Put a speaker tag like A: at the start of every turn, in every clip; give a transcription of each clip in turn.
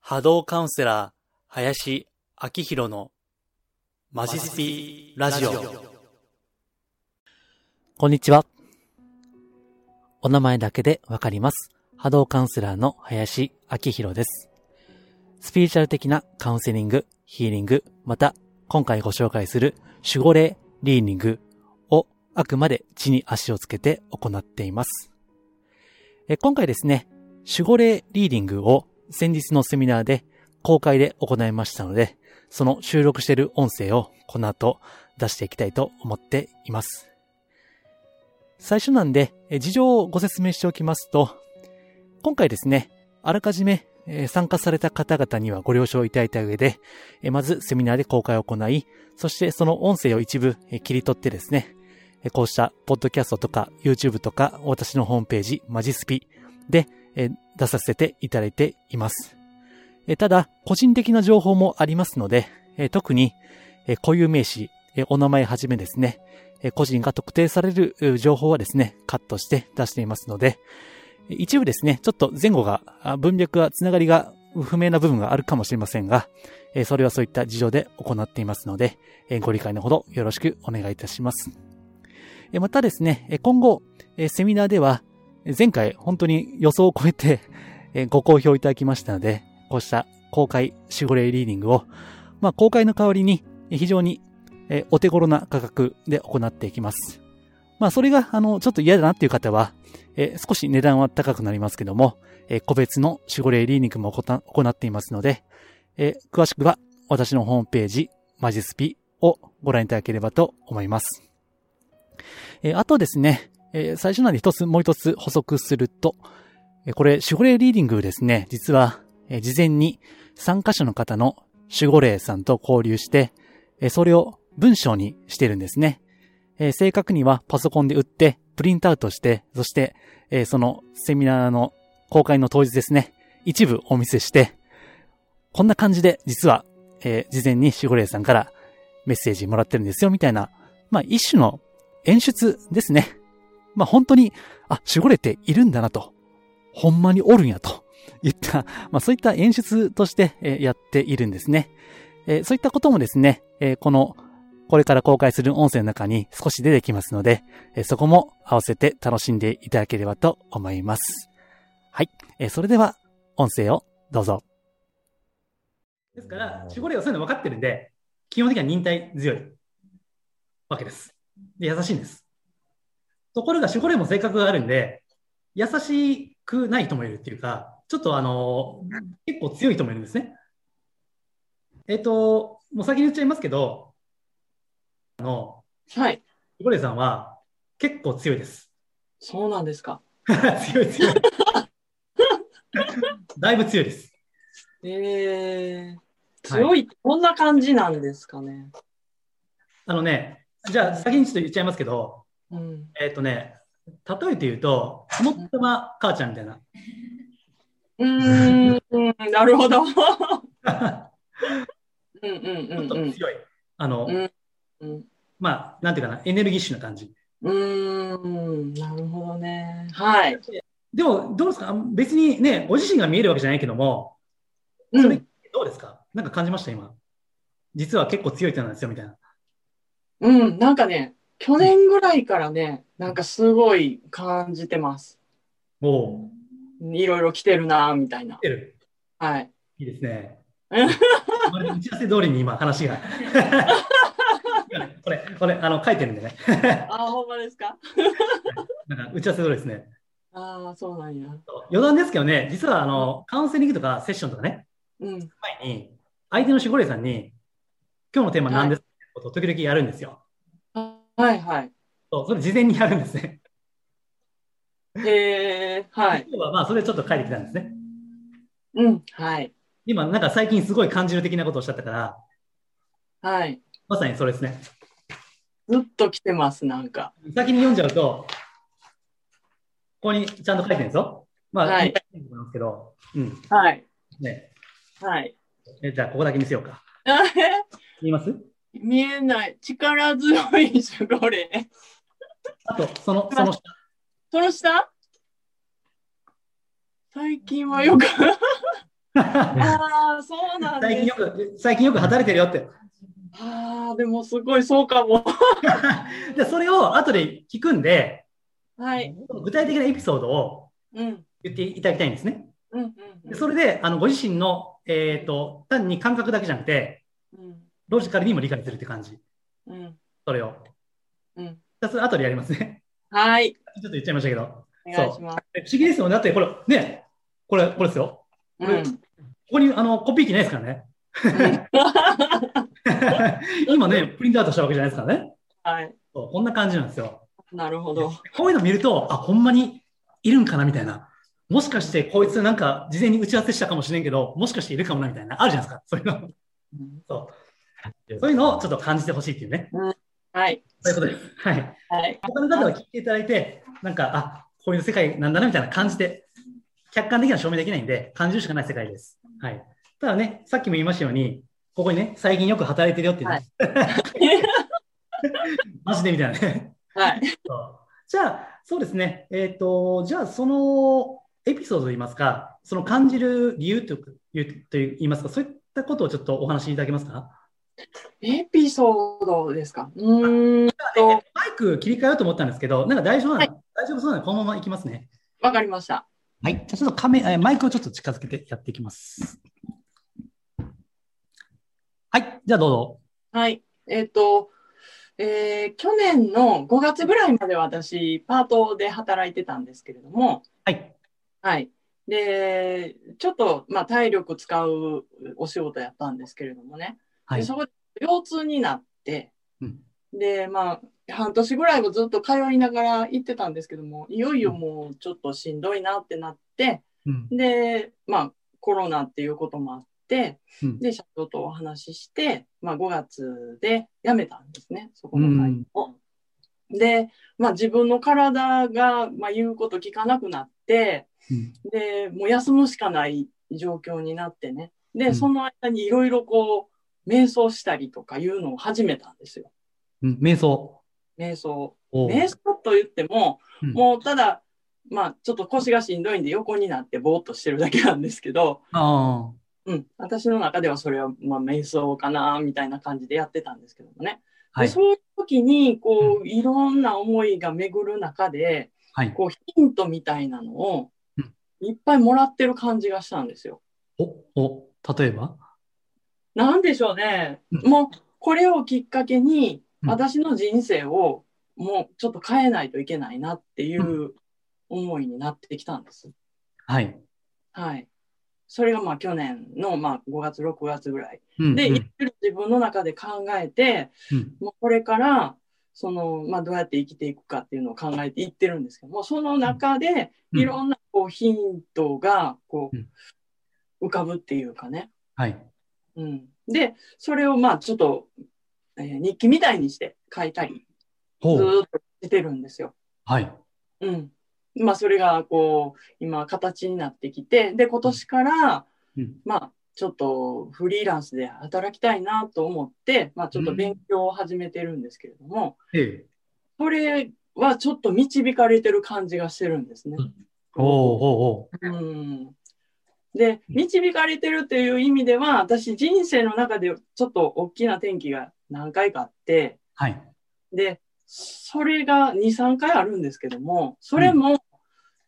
A: 波動カウンセラー、林明宏のマジスピラジオ。
B: こんにちは。お名前だけでわかります。波動カウンセラーの林明宏です。スピリチュアル的なカウンセリング、ヒーリング、また今回ご紹介する守護霊リーニングをあくまで地に足をつけて行っています。え今回ですね、守護霊リーディングを先日のセミナーで公開で行いましたので、その収録している音声をこの後出していきたいと思っています。最初なんで、え事情をご説明しておきますと、今回ですね、あらかじめえー参加された方々にはご了承いただいた上で、えまずセミナーで公開を行い、そしてその音声を一部え切り取ってですね、えこうしたポッドキャストとか YouTube とか私のホームページマジスピでえ出させていただいています。えただ、個人的な情報もありますので、え特にえ固有名詞、えお名前はじめですね、え個人が特定されるう情報はですね、カットして出していますので、一部ですね、ちょっと前後が、あ文脈が、つながりが不明な部分があるかもしれませんが、えそれはそういった事情で行っていますので、えご理解のほどよろしくお願いいたします。えまたですね、え今後、えセミナーでは、え前回本当に予想を超えて えご好評いただきましたので、こうした公開守護霊リーディングを、まあ、公開の代わりにえ非常にえお手頃な価格で行っていきます。まあ、それが、あの、ちょっと嫌だなっていう方は、え少し値段は高くなりますけども、え個別の守護霊リーディングも行た行っていますので、え詳しくは私のホームページ、マジスピをご覧いただければと思います。えーあとですね、えー最初なんで一つ、もう一つ補足すると、えーこれ、守護霊リーディングですね、実は、えー事前に参加者の方の守護霊さんと交流して、えーそれを文章にしてるんですね。えー正確にはパソコンで打って、プリントアウトして、そして、えーそのセミナーの公開の当日ですね、一部お見せして、こんな感じで、実は、えー事前に守護霊さんからメッセージもらってるんですよ、みたいな、まあ、一種の演出ですね。まあ、本当に、あ、守護霊っているんだなと。ほんまにおるんやと。言った、まあそういった演出としてえーやっているんですね。えーそういったこともですね、えーこの、これから公開する音声の中に少し出てきますので、えーそこも合わせて楽しんでいただければと思います。はい。えーそれでは、音声をどうぞ。
C: ですから、守護霊はそういうの分かってるんで、基本的には忍耐強いわけです。で、優しいんです。ところが守護霊も性格があるんで、優しくない人もいるっていうか、ちょっとあの、結構強い人もいるんですね。えっ、と、もう先に言っちゃいますけど、あの、
D: はい。
C: 守護霊さんは結構強いです。
D: そうなんですか。
C: 強い強い。 だいぶ強いです。
D: えー、強いってこんな感じなんですかね。
C: あのね、じゃあ先にちょっと言っちゃいますけど、
D: うん。
C: えっ、とね、例えて言うと、もっとま母ちゃんみたいな。
D: うー ん、なるほど。うん
C: ち
D: うんう
C: ょっ
D: ん
C: と
D: う
C: 強い
D: ん。。
C: あの、
D: うんうん
C: まあ、なんていうかな、エネルギッシュな感じ。
D: うーん、なるほどね。はい。
C: でも、どうですか別にね、ご自身が見えるわけじゃないけども、
D: う
C: それ
D: ん、
C: どうですかなんか感じました、今。実は結構強い人なんですよ、みたいな。
D: うん、なんかね、去年ぐらいからね、なんかすごい感じてます。
C: も
D: いろいろ来てるな、みたいな
C: う、。出る。
D: はい。
C: いいです ね。
D: うん
C: まるで打ち合わせ通りに今、話が。 これ、これ、あの、書いてるんでね。
D: あー、ほんまですか
C: なんか打ち合わせ通りですね。
D: ああ、そうなんや。
C: 余談ですけどね、実は、あの、カウンセリングとかセッションとかね、
D: うん。
C: 前に、相手の守護霊さんに、今日のテーマ何ですかってことを時々やるんですよ。
D: はいはい。
C: そうそれ事前にやるんですね。
D: へえ、はい。
C: 今日はまあそれちょっと書いてきたんですね。
D: うん、はい。
C: 今なんか最近すごい感じる的なことをおっしゃったから、
D: はい。
C: まさにそれですね。
D: ずっと来てます、なんか。
C: 先に読んじゃうと、ここにちゃんと書いてるんですよ。まあ、
D: はい
C: いと思いますけど、うん。
D: はい。
C: ね、
D: はい。
C: えじゃあここだけ見せようか。
D: あれ
C: 見えます
D: 見えない。力強い守護霊。
C: あと、その、その下。
D: その下最近はよくああ、そうなん
B: 最
D: で
B: 近
D: す
B: よ。く、最近よく働いてるよって。
D: ああ、でもすごいそうかも。
B: で、それを後で聞くんで、
D: はい。
B: 具体的なエピソードを
D: うん。
B: 言っていただきたいんですね。
D: うんうんう
B: で
D: ん。
B: それで、あの、ご自身の、えっ、と、単に感覚だけじゃなくて、
D: うん。
B: ロジカルにも理解するって感じ。
D: うん。
B: それを。
D: うん。
B: じゃあそれ後でやりますね。
D: はい。
B: ちょっと言っちゃいましたけど。
D: お願いしま
B: 不
D: す。
B: 思議ですよね。だって、これ、ね、これ、これですよ。
D: う
B: れ
D: ん。
B: ここに、あの、コピー機ないですからね。今ね、プリントアウトしたわけじゃないですからね。
D: はい。
B: そうこんな感じなんですよ。
D: なるほど。
B: こういうの見ると、あ、ほんまにいるんかなみたいな。もしかして、こいつなんか事前に打ち合わせしたかもしれんけど、もしかしているかもなみたいな。あるじゃないですか。そういうの。
D: うん
B: そういうのをちょっと感じてほしいっていうね。
D: はい。
B: そういうことです。はい。
D: はい。
B: 他の方は聞いていただいて、なんか、あ、こういう世界なんだなみたいな感じで、客観的には証明できないんで、感じるしかない世界です。はい。ただね、さっきも言いましたように、ここにね、最近よく働いてるよっていうね、
D: はい
B: マジでみたいなね。
D: はい。
B: そうじゃあ、そうですね。えっ、と、じゃあ、そのエピソードといいますか、その感じる理由というといいますか、そういったことをちょっとお話しいただけますか。
D: エピソードですか。うーんと、
B: マイク切り替えようと思ったんですけど、なんか大丈夫なの、大丈夫そうなので、このままいきますね。
D: わかりました。
B: はい。じゃあちょっとカメえーマイクをちょっと近づけてやっていきます。はい。じゃあどうぞ。
D: はい。えっ、と、えー去年の5月ぐらいまでは私、パートで働いてたんですけれども、
B: はい。
D: はい。で、ちょっと、まあ、体力使うお仕事やったんですけれどもね。
B: は
D: で
B: い
D: そ。こで腰痛になって、
B: うん
D: で、まあ、半年ぐらいはずっと通いながら行ってたんですけども、いよいよもうちょっとしんどいなってなって、
B: うん。
D: で、まあ、コロナっていうこともあって、
B: うん
D: で、社長とお話しして、まあ、5月で辞めたんですね、そこ
B: う
D: の会
B: ん。
D: を。で、まあ、自分の体が、まあ、言うこと聞かなくなって、
B: うん
D: で、もう休むしかない状況になってね。で、
B: うん
D: その間にいろいろこう、瞑想したりとかいうのを始めたんですよ。
B: うん。瞑想。
D: 瞑想。
B: お
D: 瞑想と言っても、
B: うん
D: もうただ、まあ、ちょっと腰がしんどいんで横になってぼーっとしてるだけなんですけど、
B: あ
D: うん、私の中ではそれは、まあ、瞑想かな、みたいな感じでやってたんですけどもね。
B: あ。はい
D: で。そういう時にこういろんな思いが巡る中で
B: はい。
D: こうヒントみたいなのを
B: うん
D: いっぱいもらってる感じがしたんですよ。
B: お、お、例えば
D: なんでしょうね、
B: う
D: もうこれをきっかけに
B: うん
D: 私の人生をもうちょっと変えないといけないなっていう思いになってきたんです。
B: はい。
D: はい、それがまあ去年のまあ5月6月ぐらい
B: うん。
D: で
B: うん
D: いろいろ自分の中で考えて
B: うん。
D: もうこれからその、まあ、どうやって生きていくかっていうのを考えていってるんですけどもその中で
B: うん
D: いろんなこうヒントがこ
B: うん
D: う浮かぶっていうかね、
B: はい。
D: うん、でそれをまあちょっと、えー日記みたいにして書いたりず
B: ほう。
D: ーっとしてるんですよ。
B: はい。
D: うんまあ、それがこう今形になってきてで今年から
B: うん。
D: まあちょっとフリーランスで働きたいなと思って、まあ、ちょっと勉強を始めてるんですけれども、
B: ええ。
D: それはちょっと導かれてる感じがしてるんですね。
B: おうおうおう。
D: うん、で導かれてるという意味では私人生の中でちょっと大きな転機が何回かあって
B: はい。
D: でそれが23回あるんですけどもそれも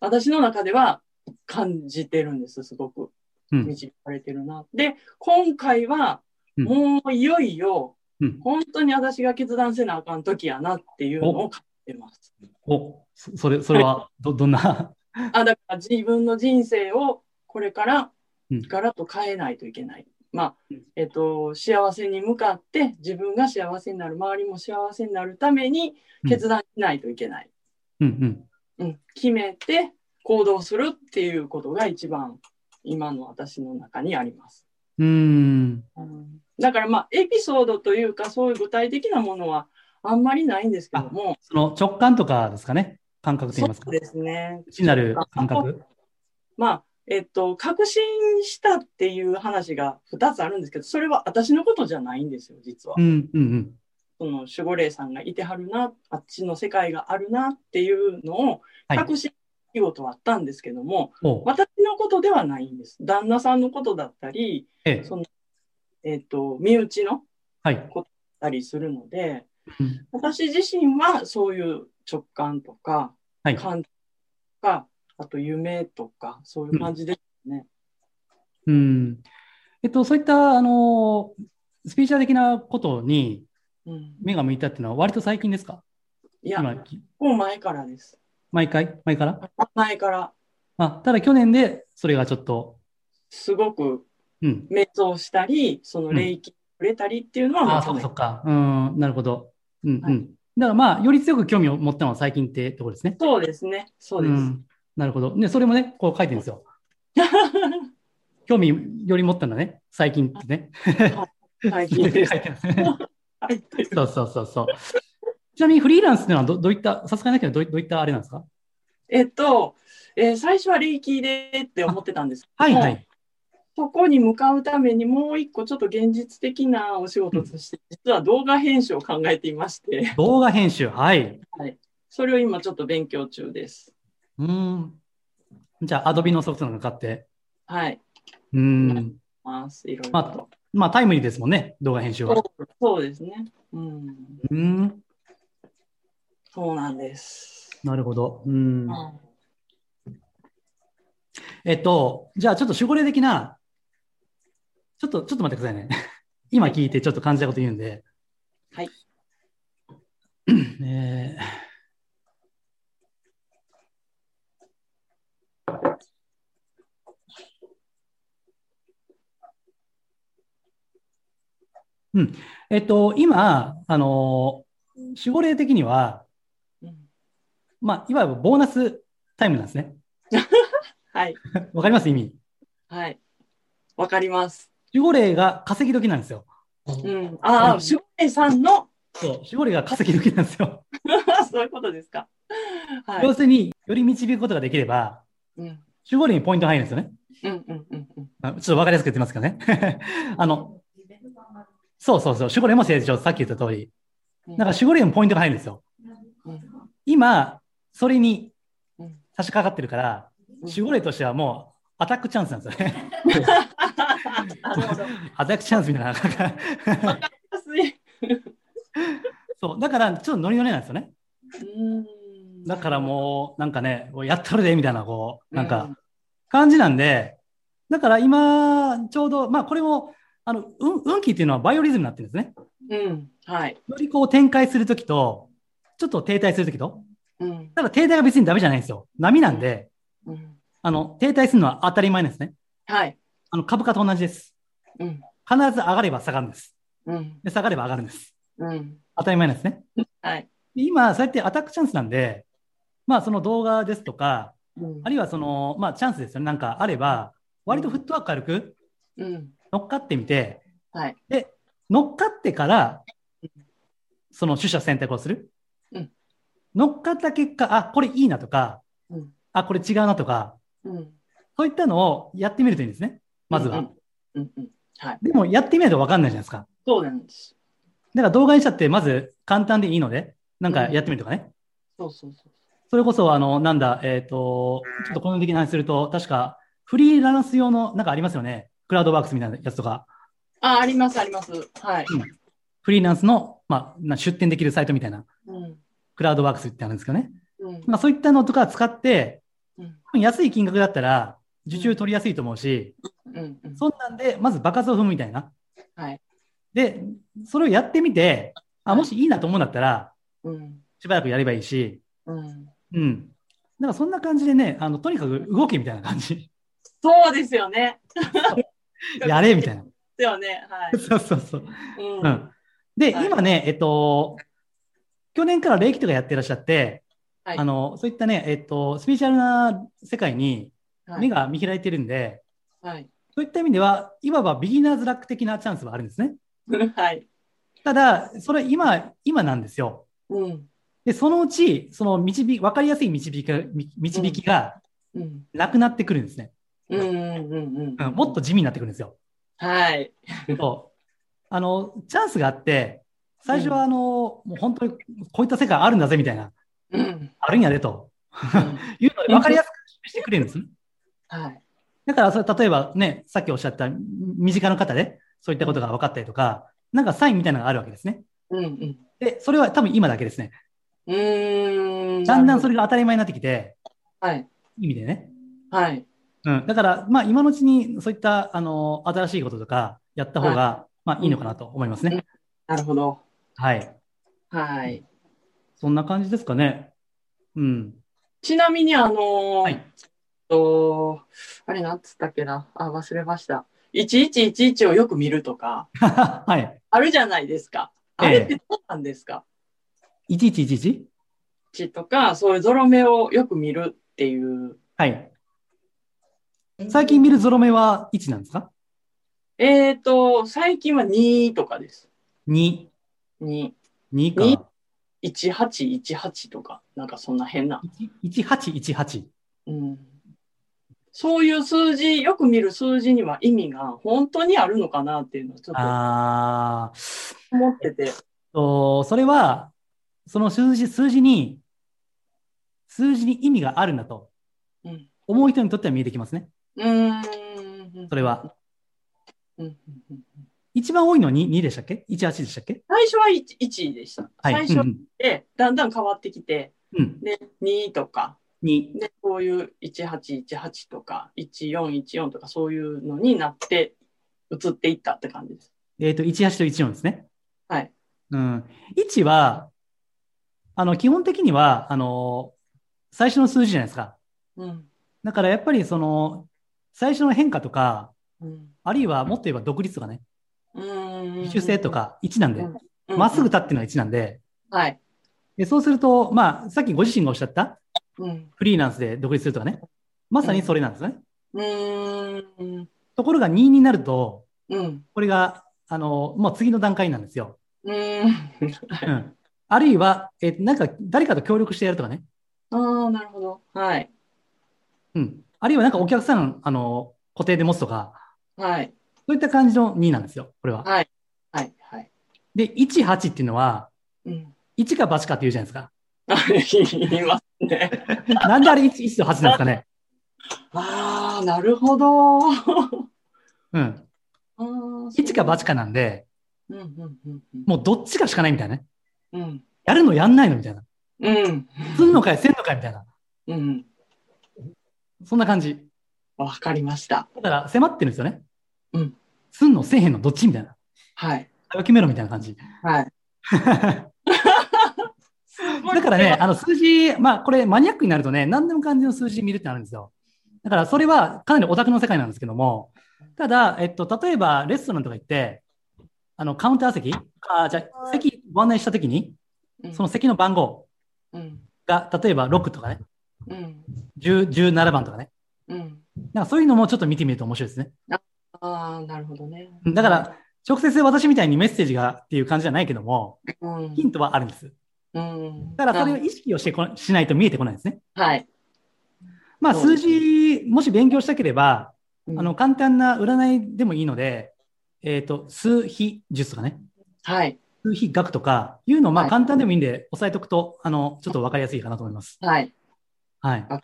D: 私の中では感じてるんですすごく
B: うん。
D: 導かれてるな。で今回は
B: うん
D: もういよいよ
B: うん。
D: 本当に私が決断せなあかん時やなっていうのを感じてます。
B: お、そそれ、それは、ど、どんな
D: あだから自分の人生をこれから
B: うん
D: ガラッと変えないといけない。まあえっと幸せに向かって自分が幸せになる周りも幸せになるために決断しないといけない、
B: うん
D: うん決めて行動するっていうことが一番今の私の中にあります。
B: うん。うーん。
D: だからまあエピソードというかそういう具体的なものはあんまりないんですけども
B: その直感とかですかね。感覚と言いますか
D: そう。ですね
B: 内なる感覚。
D: まあ、えっと、確信したっていう話が2つあるんですけど、それは私のことじゃないんですよ、実は
B: う。んうんうん。
D: その守護霊さんがいてはるな、あっちの世界があるなっていうのを
B: はい
D: 確信し出来事はあったんですけども、
B: おう
D: 私のことではないんです。旦那さんのことだったり、
B: ええ
D: そのえっと身内の
B: はい。
D: たりするので
B: うん、
D: 私自身はそういう直感とか、
B: はい
D: 感とか、あと夢とか、そういう感じで、
B: うん。えっと、そういった、あの、スピーチャー的なことに
D: うん
B: 目が向いたっていうのは、割と最近ですか
D: いや、
B: 今、
D: も
B: き
D: う前からです。
B: 毎回前から
D: 前から
B: あ、ただ去年で、それがちょっと、
D: すごく
B: うん。
D: 瞑想したり、その霊気に触れたりっていうのは
B: ああ、
D: 求
B: そっ
D: め
B: かそ
D: て
B: っか。うん、なるほど。うんうん。
D: はい
B: だからまあ、より強く興味を持ったのは最近ってところですね。
D: そうですね。そうです。
B: ん。なるほど。ね、それもね、こう書いてるんですよ。興味より持ったのはね、最近ってね。
D: 最
B: 書
D: 近
B: いて
D: で
B: る
D: す。
B: ね。
D: はい
B: そうそうそうそう。ちなみにフリーランスっていうのはどどういった、さすがにだけどどういどういったあれなんですか
D: えっと、えー最初は霊気でって思ってたんですけど
B: はい
D: も
B: はい。
D: そこに向かうためにもう一個ちょっと現実的なお仕事として、実は動画編集を考えていまして、
B: 動画編集。はい。
D: それを今ちょっと勉強中です。
B: うん。じゃあ、アドビのソフトなんか買って。
D: はい。
B: うん。
D: ます。いろいろ
B: まあ
D: と。、
B: まあ、タイムリーですもんね、動画編集は。
D: そうそうですね。うん。
B: うん。
D: そうなんです。
B: なるほど。うん。
D: は
B: えっと、じゃあちょっと守護霊的な、ちょっと、ちょっと待ってくださいね。 今聞いてちょっと感じたこと言うんで。
D: はい。
B: えーうん、えっと、今、あの守護霊的には、
D: いうん
B: まあ、いわゆるボーナスタイムなんですね。
D: はい。
B: わかります意味。
D: はい。わかります。
B: 守護霊が稼ぎ時なんですよ。
D: うん。ああ、守護霊さんの、
B: そう、守護霊が稼ぎ時なんですよ。
D: そういうことですか。は
B: 要
D: い。
B: するに、より導くことができれば、
D: うん。
B: 守護霊にポイントが入るんですよね。
D: うんうんうんうん。
B: あちょっとわかりやすく言ってますけどね。 あの、そうそうそう、守護霊も成長、さっき言った通り。
D: うん
B: だから守護霊にポイントが入るんですよ。
D: うん
B: 今、それに
D: うん
B: 差し掛かってるから、守護霊としてはもう、アタックチャンスなんですよね。
D: なるほど。
B: アタックチャンスみたいな。
D: 安い
B: そう、だから、ちょっとノリノリなんですよね。
D: うん
B: だからもう、なんかね、もうやったるで、みたいな、こう、なんか、
D: うん
B: 感じなんで、だから今、ちょうど、まあこれも、あの、運運気っていうのはバイオリズムになってるんですね。
D: うん、はい。
B: よりこう展開するときと、ちょっと停滞するときと、
D: うん、
B: ただ停滞が別にダメじゃないんですよ。波なんで、
D: うん、
B: あの、停滞するのは当たり前なんですね。
D: はい。
B: あの、株価と同じです。
D: うん、
B: 必ず上がれば下がるんです。
D: うん、
B: で、下がれば上がるんです。
D: うん、
B: 当たり前なんですね。
D: はい。
B: で今、そうやってアタックチャンスなんで、まあその動画ですとか、
D: うん
B: あ、るいはその、まあチャンスですよね。なんかあれば、割とフットワーク軽く
D: うん、
B: 乗っかってみて、
D: はい。
B: 乗っかってから、その取捨選択をする。
D: うん
B: 乗っかった結果、あ、これいいなとか、
D: うん
B: あ、これ違うなとか、
D: うん、
B: そういったのをやってみるといいんですね。まずは。
D: うんうん、うん、はい。
B: でも、やってみないと分かんないじゃないですか。
D: そうなんです。
B: だから動画にしたって、まず簡単でいいので、なんかやってみるとかね。
D: そうそうそう。
B: それこそ、あの、なんだ、えっ、と、ちょっとこの的な話すると、確か、フリーランス用の、なんかありますよね。クラウドワークスみたいなやつとか、
D: あ、あります、あります。はい。
B: フリーランスの、まあな、出店できるサイトみたいな、
D: うん、
B: クラウドワークスってあるんですけどね。
D: うん、
B: まあ、そういったのとか使って、
D: うん
B: 安い金額だったら受注取りやすいと思うし、
D: うん、うん、
B: そんなんで、まず爆発を踏むみたいな。
D: はい。
B: で、それをやってみて、あ、もしいいなと思うんだったら、
D: うん、
B: しばらくやればいいし、
D: うん。
B: うん。だからそんな感じでね、あの、とにかく動けみたいな感 じ。
D: そうですよね。
B: やれみたいな。
D: ですよね。はい。
B: そうそうそう。
D: うん、
B: う
D: は
B: ん。で、
D: はい
B: 今ね、えっと、去年から霊気とかやってらっしゃって、
D: はい
B: あの、そういったね、えっと、スピリチュアルな世界に目
D: い。
B: が見開いてるんで、
D: はい。
B: そういった意味では、いわばビギナーズラック的なチャンスはあるんですね。
D: はい。
B: ただ、それ今、今なんですよ。
D: うん、
B: で、そのうち、その導き、わかりやすい導きが、み導きが
D: うん、
B: なくなってくるんですね。
D: うん、うん、うん、
B: うん、もっと地味になってくるんですよ。
D: はい。
B: そう。あの、チャンスがあって、最初はあの、もう本当にこういった世界あるんだぜ、みたいな。
D: うん、
B: あるんやでと。いうので分かりやすく示してくれるんですね。
D: はい。
B: だからそれ、例えばね、さっきおっしゃった身近な方で、そういったことが分かったりとか、なんかサインみたいなのがあるわけですね。
D: うんうん。
B: で、それは多分今だけですね。
D: うーん。
B: だんだんそ
D: れ。
B: れが当たり前になってきて、
D: はい。
B: いい意味でね。
D: はい。
B: うん。だから、まあ今のうちにそういった、あの、新しいこととかやった方が、まあいいのかなと思いますね。
D: なるほど。
B: はい。
D: はい。
B: そんな感じですかね。うん。
D: ちなみに、あのー
B: はい
D: と、あれなんつったっけな。あ、忘れました。1111をよく見るとか、
B: はい。
D: あるじゃないですか。あれってどうなんですか、
B: 1111?
D: ちとか、そういうゾロ目をよく見るっていう。
B: はい。最近見るゾロ目は1なんですか
D: えーと、最近は2とかです。
B: ?2。
D: 2、
B: 2か。
D: に1818とか、なんかそんな変な。
B: 1818。
D: うん。そういう数字、よく見る数字には意味が本当にあるのかなっていうのをちょっと
B: あー。
D: 思ってて。
B: と、それは、その数字、数字に、数字に意味があるんだと
D: うん。
B: 思う人にとっては見えてきますね。
D: うーん。
B: それは。
D: うんうんうん
B: 一番多いのは 2, 2でしたっけ ?18 でしたっけ
D: 最初は 1, 1でした。
B: はい。
D: 最
B: う
D: 初
B: ん
D: で、だんだん変わってきて、
B: うん。うん。
D: で、2とか、
B: 2。
D: で、こういう1818とか、1414とかそういうのになって、移っていったって感じです。
B: えっ、と、18と14ですね。
D: はい。
B: うん。1は、あの、基本的には、あの、最初の数字じゃないですか。
D: うん。
B: だからやっぱりその、最初の変化とか、
D: うん。
B: あるいはもっと言えば独立とかね、
D: うーん
B: 自主性と、か1なんで、
D: うん
B: まっすぐ。立ってのは1なんで、
D: はい。
B: でそうすると、まあ、さっきご自身がおっしゃった、
D: うん。
B: フリーランスで独立するとかね、まさにそれなんですね。
D: うーん。
B: ところが2になると、
D: うん。
B: これが、あの、もう次の段階なんですよ。
D: うーん。
B: うん。あるいは、え、なんか、誰かと協力してやるとかね。
D: ああ、なるほど。はい。
B: うん。あるいは、なんかお客さん、あの、固定で持つとか、
D: はい。
B: そういった感じの2なんですよ、これは。
D: はい。はい。はい。
B: で、1、8っていうのは、
D: うん。
B: 1か8かって言うじゃないですか。
D: 言いますね。
B: なんであれ 1, 1と8なんですかね。
D: ああ、なるほど。
B: うん。1
D: 1
B: か8かなんで、
D: うんうんうんうん。
B: もうどっちかしかないみたいなね。
D: うん。
B: やるのやんないのみたいな。
D: うん。
B: すんのかい、せんのかいみたいな。
D: うん。
B: そんな感じ。
D: わかりました。
B: だから迫ってるんですよね。
D: うん。
B: すんのせえへんのどっちみたいな。
D: はい。
B: 早く決めろみたいな感じ。
D: はい。
B: だからね、あの数字、まあこれマニアックになるとね、何でも感じの数字見るってなるんですよ。だからそれはかなりオタクの世界なんですけども、ただ、えっと、例えばレストランとか行って、あのカウンター席、あじゃあ席ご案内したときに、
D: うん、
B: その席の番号
D: うん。
B: が、例えば6とかね、
D: うん。
B: 10 17番とかね、
D: うん。
B: なんかそういうのもちょっと見てみると面白いですね。
D: ああ、なるほどね。
B: だから、直接私みたいにメッセージがっていう感じじゃないけども、
D: うん
B: ヒ。ントはあるんです。
D: うん。
B: だからそれを意識をしてこしないと見えてこないですね。
D: はい。
B: まあ、
D: そう
B: 数
D: ですね
B: 字、もし勉強したければ、
D: うん
B: あの、簡単な占いでもいいので、えっ、と、数比術とかね、
D: はい。
B: 数比学とかいうのを、ま
D: は
B: あ、
D: い
B: 簡単でもいいんで、押さえておくと、あの、ちょっとわかりやすいかなと思います。
D: はい。
B: はい
D: あ。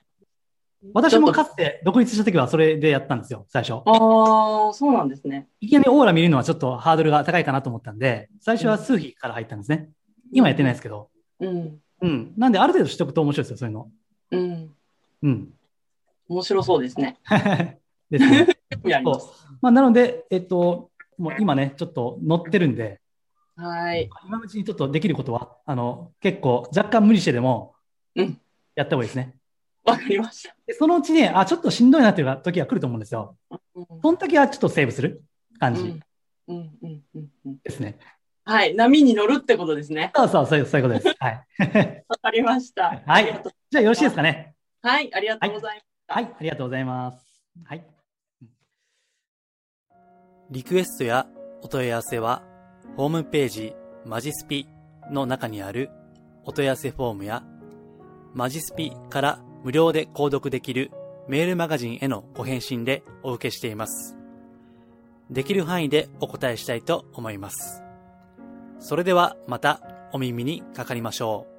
B: 私もかつて独立した時はそれでやったんですよ、最初。
D: ああ、そうなんですね。
B: いきなりオーラ見るのはちょっとハードルが高いかなと思ったんで、最初は数比から入ったんですね。今やってないですけど。
D: うん。
B: うん。なんで、ある程度しておくと面白いですよ、そういうの。
D: うん。
B: うん。
D: 面白そうですね。
B: ですね。
D: やりま
B: そ
D: す。
B: う。まあ、なので、えっと、もう今ね、ちょっと乗ってるんで、
D: はい。
B: 今のうちにちょっとできることは、あの、結構若干無理してでも、
D: うん
B: やった方がいいですね。
D: わかりました。
B: で、そのうちね、あ、ちょっとしんどいなっていう時が来ると思うんですよ。
D: うん
B: その時はちょっとセーブする感じ
D: うんうんうんうん。
B: ですね。
D: はい。波に乗るってことですね。
B: そうそう、そういうそういうことです。はい。
D: わかりました。
B: はい
D: ありがとう
B: じゃあよろしいですかね。
D: はい。ありがとうございます。
B: はい、ありがとうございます。はい。
A: リクエストやお問い合わせは、ホームページマジスピの中にあるお問い合わせフォームや、マジスピから無料で購読できるメールマガジンへのご返信でお受けしています。できる範囲でお答えしたいと思います。それではまたお耳にかかりましょう。